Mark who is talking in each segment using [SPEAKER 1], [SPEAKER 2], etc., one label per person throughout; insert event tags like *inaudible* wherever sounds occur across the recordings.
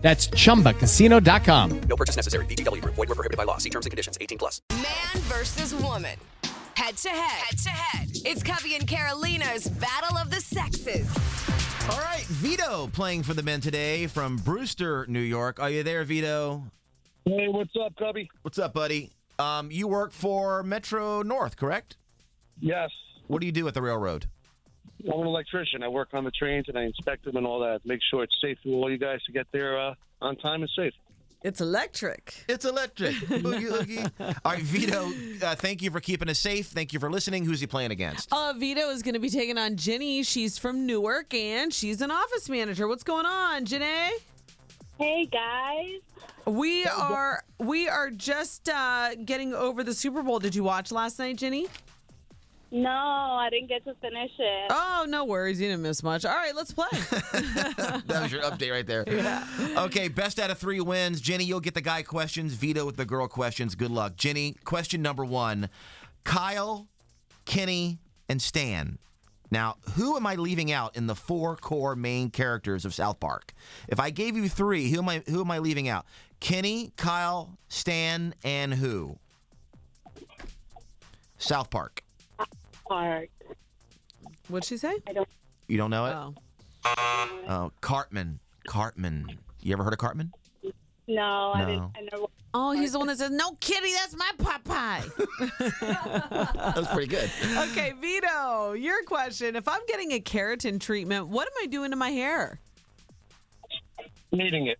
[SPEAKER 1] That's chumbacasino.com.
[SPEAKER 2] No purchase necessary. VGW Group. Void were prohibited by law. See terms and conditions. 18 plus.
[SPEAKER 3] Man versus woman. Head to head. Head to head. It's Covey and Carolina's Battle of the Sexes.
[SPEAKER 4] All right, Vito playing for the men today from Brewster, New York. Are you there, Vito?
[SPEAKER 5] Hey, what's up, Cubby?
[SPEAKER 4] What's up, buddy? Um, you work for Metro North, correct?
[SPEAKER 5] Yes,
[SPEAKER 4] What do you do at the railroad?
[SPEAKER 5] I'm an electrician. I work on the trains and I inspect them and all that. Make sure it's safe for all you guys to get there uh, on time and safe.
[SPEAKER 6] It's electric.
[SPEAKER 4] It's *laughs* electric. Boogie loogie. All right, Vito, uh, thank you for keeping us safe. Thank you for listening. Who's he playing against?
[SPEAKER 6] Uh, Vito is going to be taking on Jenny. She's from Newark and she's an office manager. What's going on, Jenny?
[SPEAKER 7] Hey guys,
[SPEAKER 6] We are we are just uh, getting over the Super Bowl. Did you watch last night, Jenny?
[SPEAKER 7] no, I didn't get to finish it.
[SPEAKER 6] Oh, no worries. You didn't miss much. All right, let's *laughs* play.
[SPEAKER 4] *laughs* That was your update right there. Okay, best out of three wins. Jenny, you'll get the guy questions. Vito with the girl questions. Good luck. Jenny, question number one Kyle, Kenny, and Stan. Now, who am I leaving out in the four core main characters of South Park? If I gave you three, who am I who am I leaving out? Kenny, Kyle, Stan, and who? South Park.
[SPEAKER 7] Park.
[SPEAKER 6] What'd she say?
[SPEAKER 4] You don't know it?
[SPEAKER 6] Oh,
[SPEAKER 4] Oh, Cartman. Cartman. You ever heard of Cartman?
[SPEAKER 7] No, I
[SPEAKER 4] No.
[SPEAKER 7] didn't. I never.
[SPEAKER 6] oh, he's the one that says, "No, kitty, that's my Popeye."
[SPEAKER 4] That was pretty *laughs* good.
[SPEAKER 6] *laughs* okay, Vito, your question: If I'm getting a keratin treatment, what am I doing to my hair?
[SPEAKER 5] Needing it.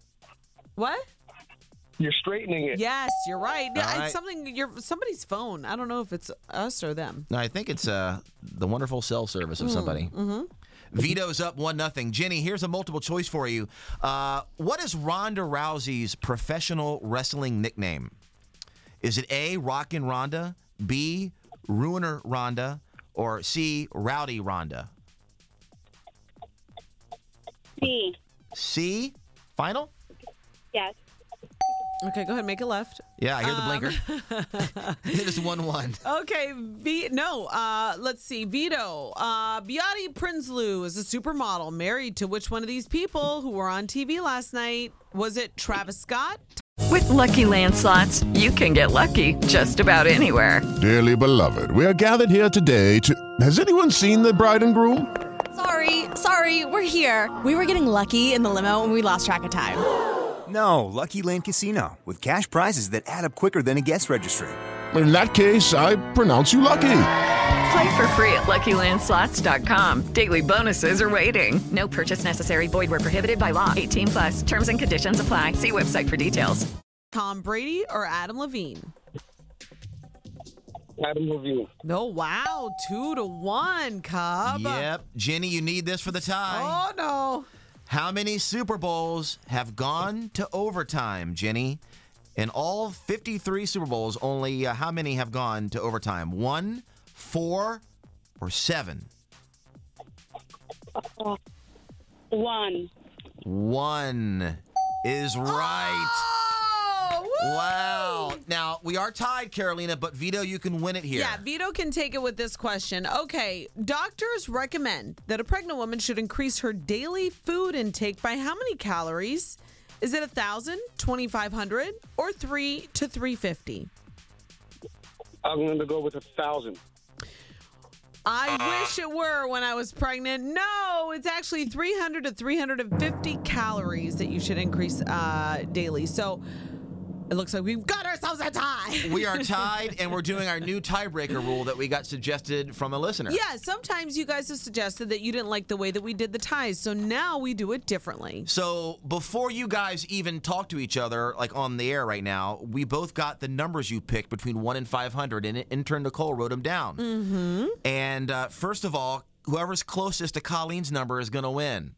[SPEAKER 6] What?
[SPEAKER 5] You're straightening it.
[SPEAKER 6] Yes, you're right. Yeah,
[SPEAKER 4] right.
[SPEAKER 6] It's something your somebody's phone. I don't know if it's us or them.
[SPEAKER 4] No, I think it's uh, the wonderful cell service of somebody. Vito's up one nothing. Jenny, here's a multiple choice for you. Uh, what is Ronda Rousey's professional wrestling nickname? Is it A. Rockin' Ronda, B. Ruiner Ronda, or C. Rowdy Ronda?
[SPEAKER 7] See.
[SPEAKER 4] C. Final?
[SPEAKER 7] Yes.
[SPEAKER 6] Okay, go ahead, make a left.
[SPEAKER 4] Yeah, I hear the blinker. it is one one.
[SPEAKER 6] Okay, V. No, uh, let's see. Vito, uh, Beati Prinsloo is a supermodel married to which one of these people who were on TV last night? Was it Travis Scott,
[SPEAKER 8] With Lucky Land slots, you can get lucky just about anywhere.
[SPEAKER 9] Dearly beloved, we are gathered here today to. Has anyone seen the bride and groom?
[SPEAKER 10] Sorry, sorry, we're here. We were getting lucky in the limo and we lost track of time.
[SPEAKER 11] No, Lucky Land Casino, with cash prizes that add up quicker than a guest registry.
[SPEAKER 9] In that case, I pronounce you lucky.
[SPEAKER 8] Play for free at LuckyLandSlots.com. Daily bonuses are waiting. No purchase necessary. Void where prohibited by law. 18 plus. Terms and conditions apply. See website for details.
[SPEAKER 6] Tom Brady, or Adam Levine?
[SPEAKER 5] Adam Levine.
[SPEAKER 6] No, wow, two to one, Cub.
[SPEAKER 4] Yep, Jenny, you need this for the tie.
[SPEAKER 6] Oh no.
[SPEAKER 4] How many Super Bowls have gone to overtime, Jenny? In all 53 Super Bowls, only uh, how many have gone to overtime? One, four, or seven?
[SPEAKER 7] One.
[SPEAKER 4] One is right.
[SPEAKER 6] Oh. woo!
[SPEAKER 4] Wow. Now, we are tied, Carolina, but Vito, you can win it here.
[SPEAKER 6] Yeah, Vito can take it with this question. Okay, doctors recommend that a pregnant woman should increase her daily food intake by how many calories? Is it 1,000, 2,500, or 3 to 350?
[SPEAKER 5] I'm going to go with a thousand.
[SPEAKER 6] I wish it were when I was pregnant. No, it's actually 300 to 350 calories that you should increase uh, daily. So it looks like we've got ourselves a tie. *laughs*
[SPEAKER 4] We are tied, and we're doing our new tiebreaker rule that we got suggested from a listener.
[SPEAKER 6] Yeah, sometimes you guys have suggested that you didn't like the way that we did the ties. So now we do it differently.
[SPEAKER 4] So before you guys even talk to each other, like on the air right now, we both got the numbers you picked between one and five hundred, and intern Nicole wrote them down. Mm-hmm. And uh, first of all, whoever's closest to Colleen's number is gonna win.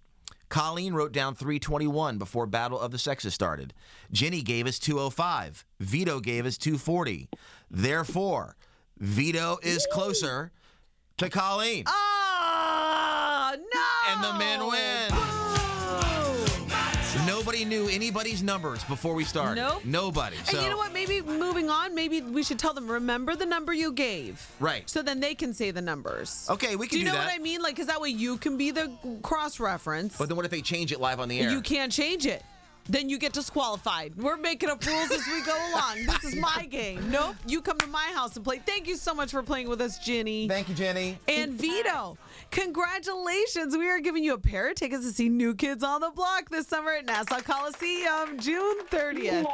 [SPEAKER 4] Colleen wrote down 321 before Battle of the Sexes started. Jenny gave us 205. Vito gave us 240. Therefore, Vito is closer to Colleen.
[SPEAKER 6] Oh, no.
[SPEAKER 4] And the men win. Nobody knew anybody's numbers before we started.
[SPEAKER 6] Nope.
[SPEAKER 4] Nobody. So,
[SPEAKER 6] and you know what? Maybe moving on, maybe we should tell them, remember the number you gave.
[SPEAKER 4] Right.
[SPEAKER 6] So then they can say the numbers.
[SPEAKER 4] Okay, we can
[SPEAKER 6] do you
[SPEAKER 4] do
[SPEAKER 6] know
[SPEAKER 4] that.
[SPEAKER 6] what I mean? Like, because that way you can be the cross reference.
[SPEAKER 4] But then what if they change it live on the air?
[SPEAKER 6] You can't change it. Then you get disqualified. We're making up rules as we go along. This is
[SPEAKER 4] *laughs*
[SPEAKER 6] my game. Nope. You come to my house and play. Thank you so much for playing with us, Ginny.
[SPEAKER 4] Thank you, Jenny.
[SPEAKER 6] And Vito, congratulations. We are giving you a pair of tickets to see New Kids on the Block this summer at Nassau Coliseum, June 30th.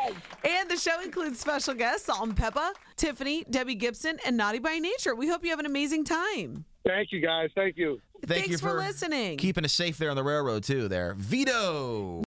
[SPEAKER 6] And the show includes special guests Salm Peppa, Tiffany, Debbie Gibson, and Naughty by Nature. We hope you have an amazing time.
[SPEAKER 5] Thank you, guys. Thank you.
[SPEAKER 4] Thank
[SPEAKER 6] Thanks
[SPEAKER 4] you
[SPEAKER 6] for listening.
[SPEAKER 4] Keeping us safe there on the railroad too. There, Vito.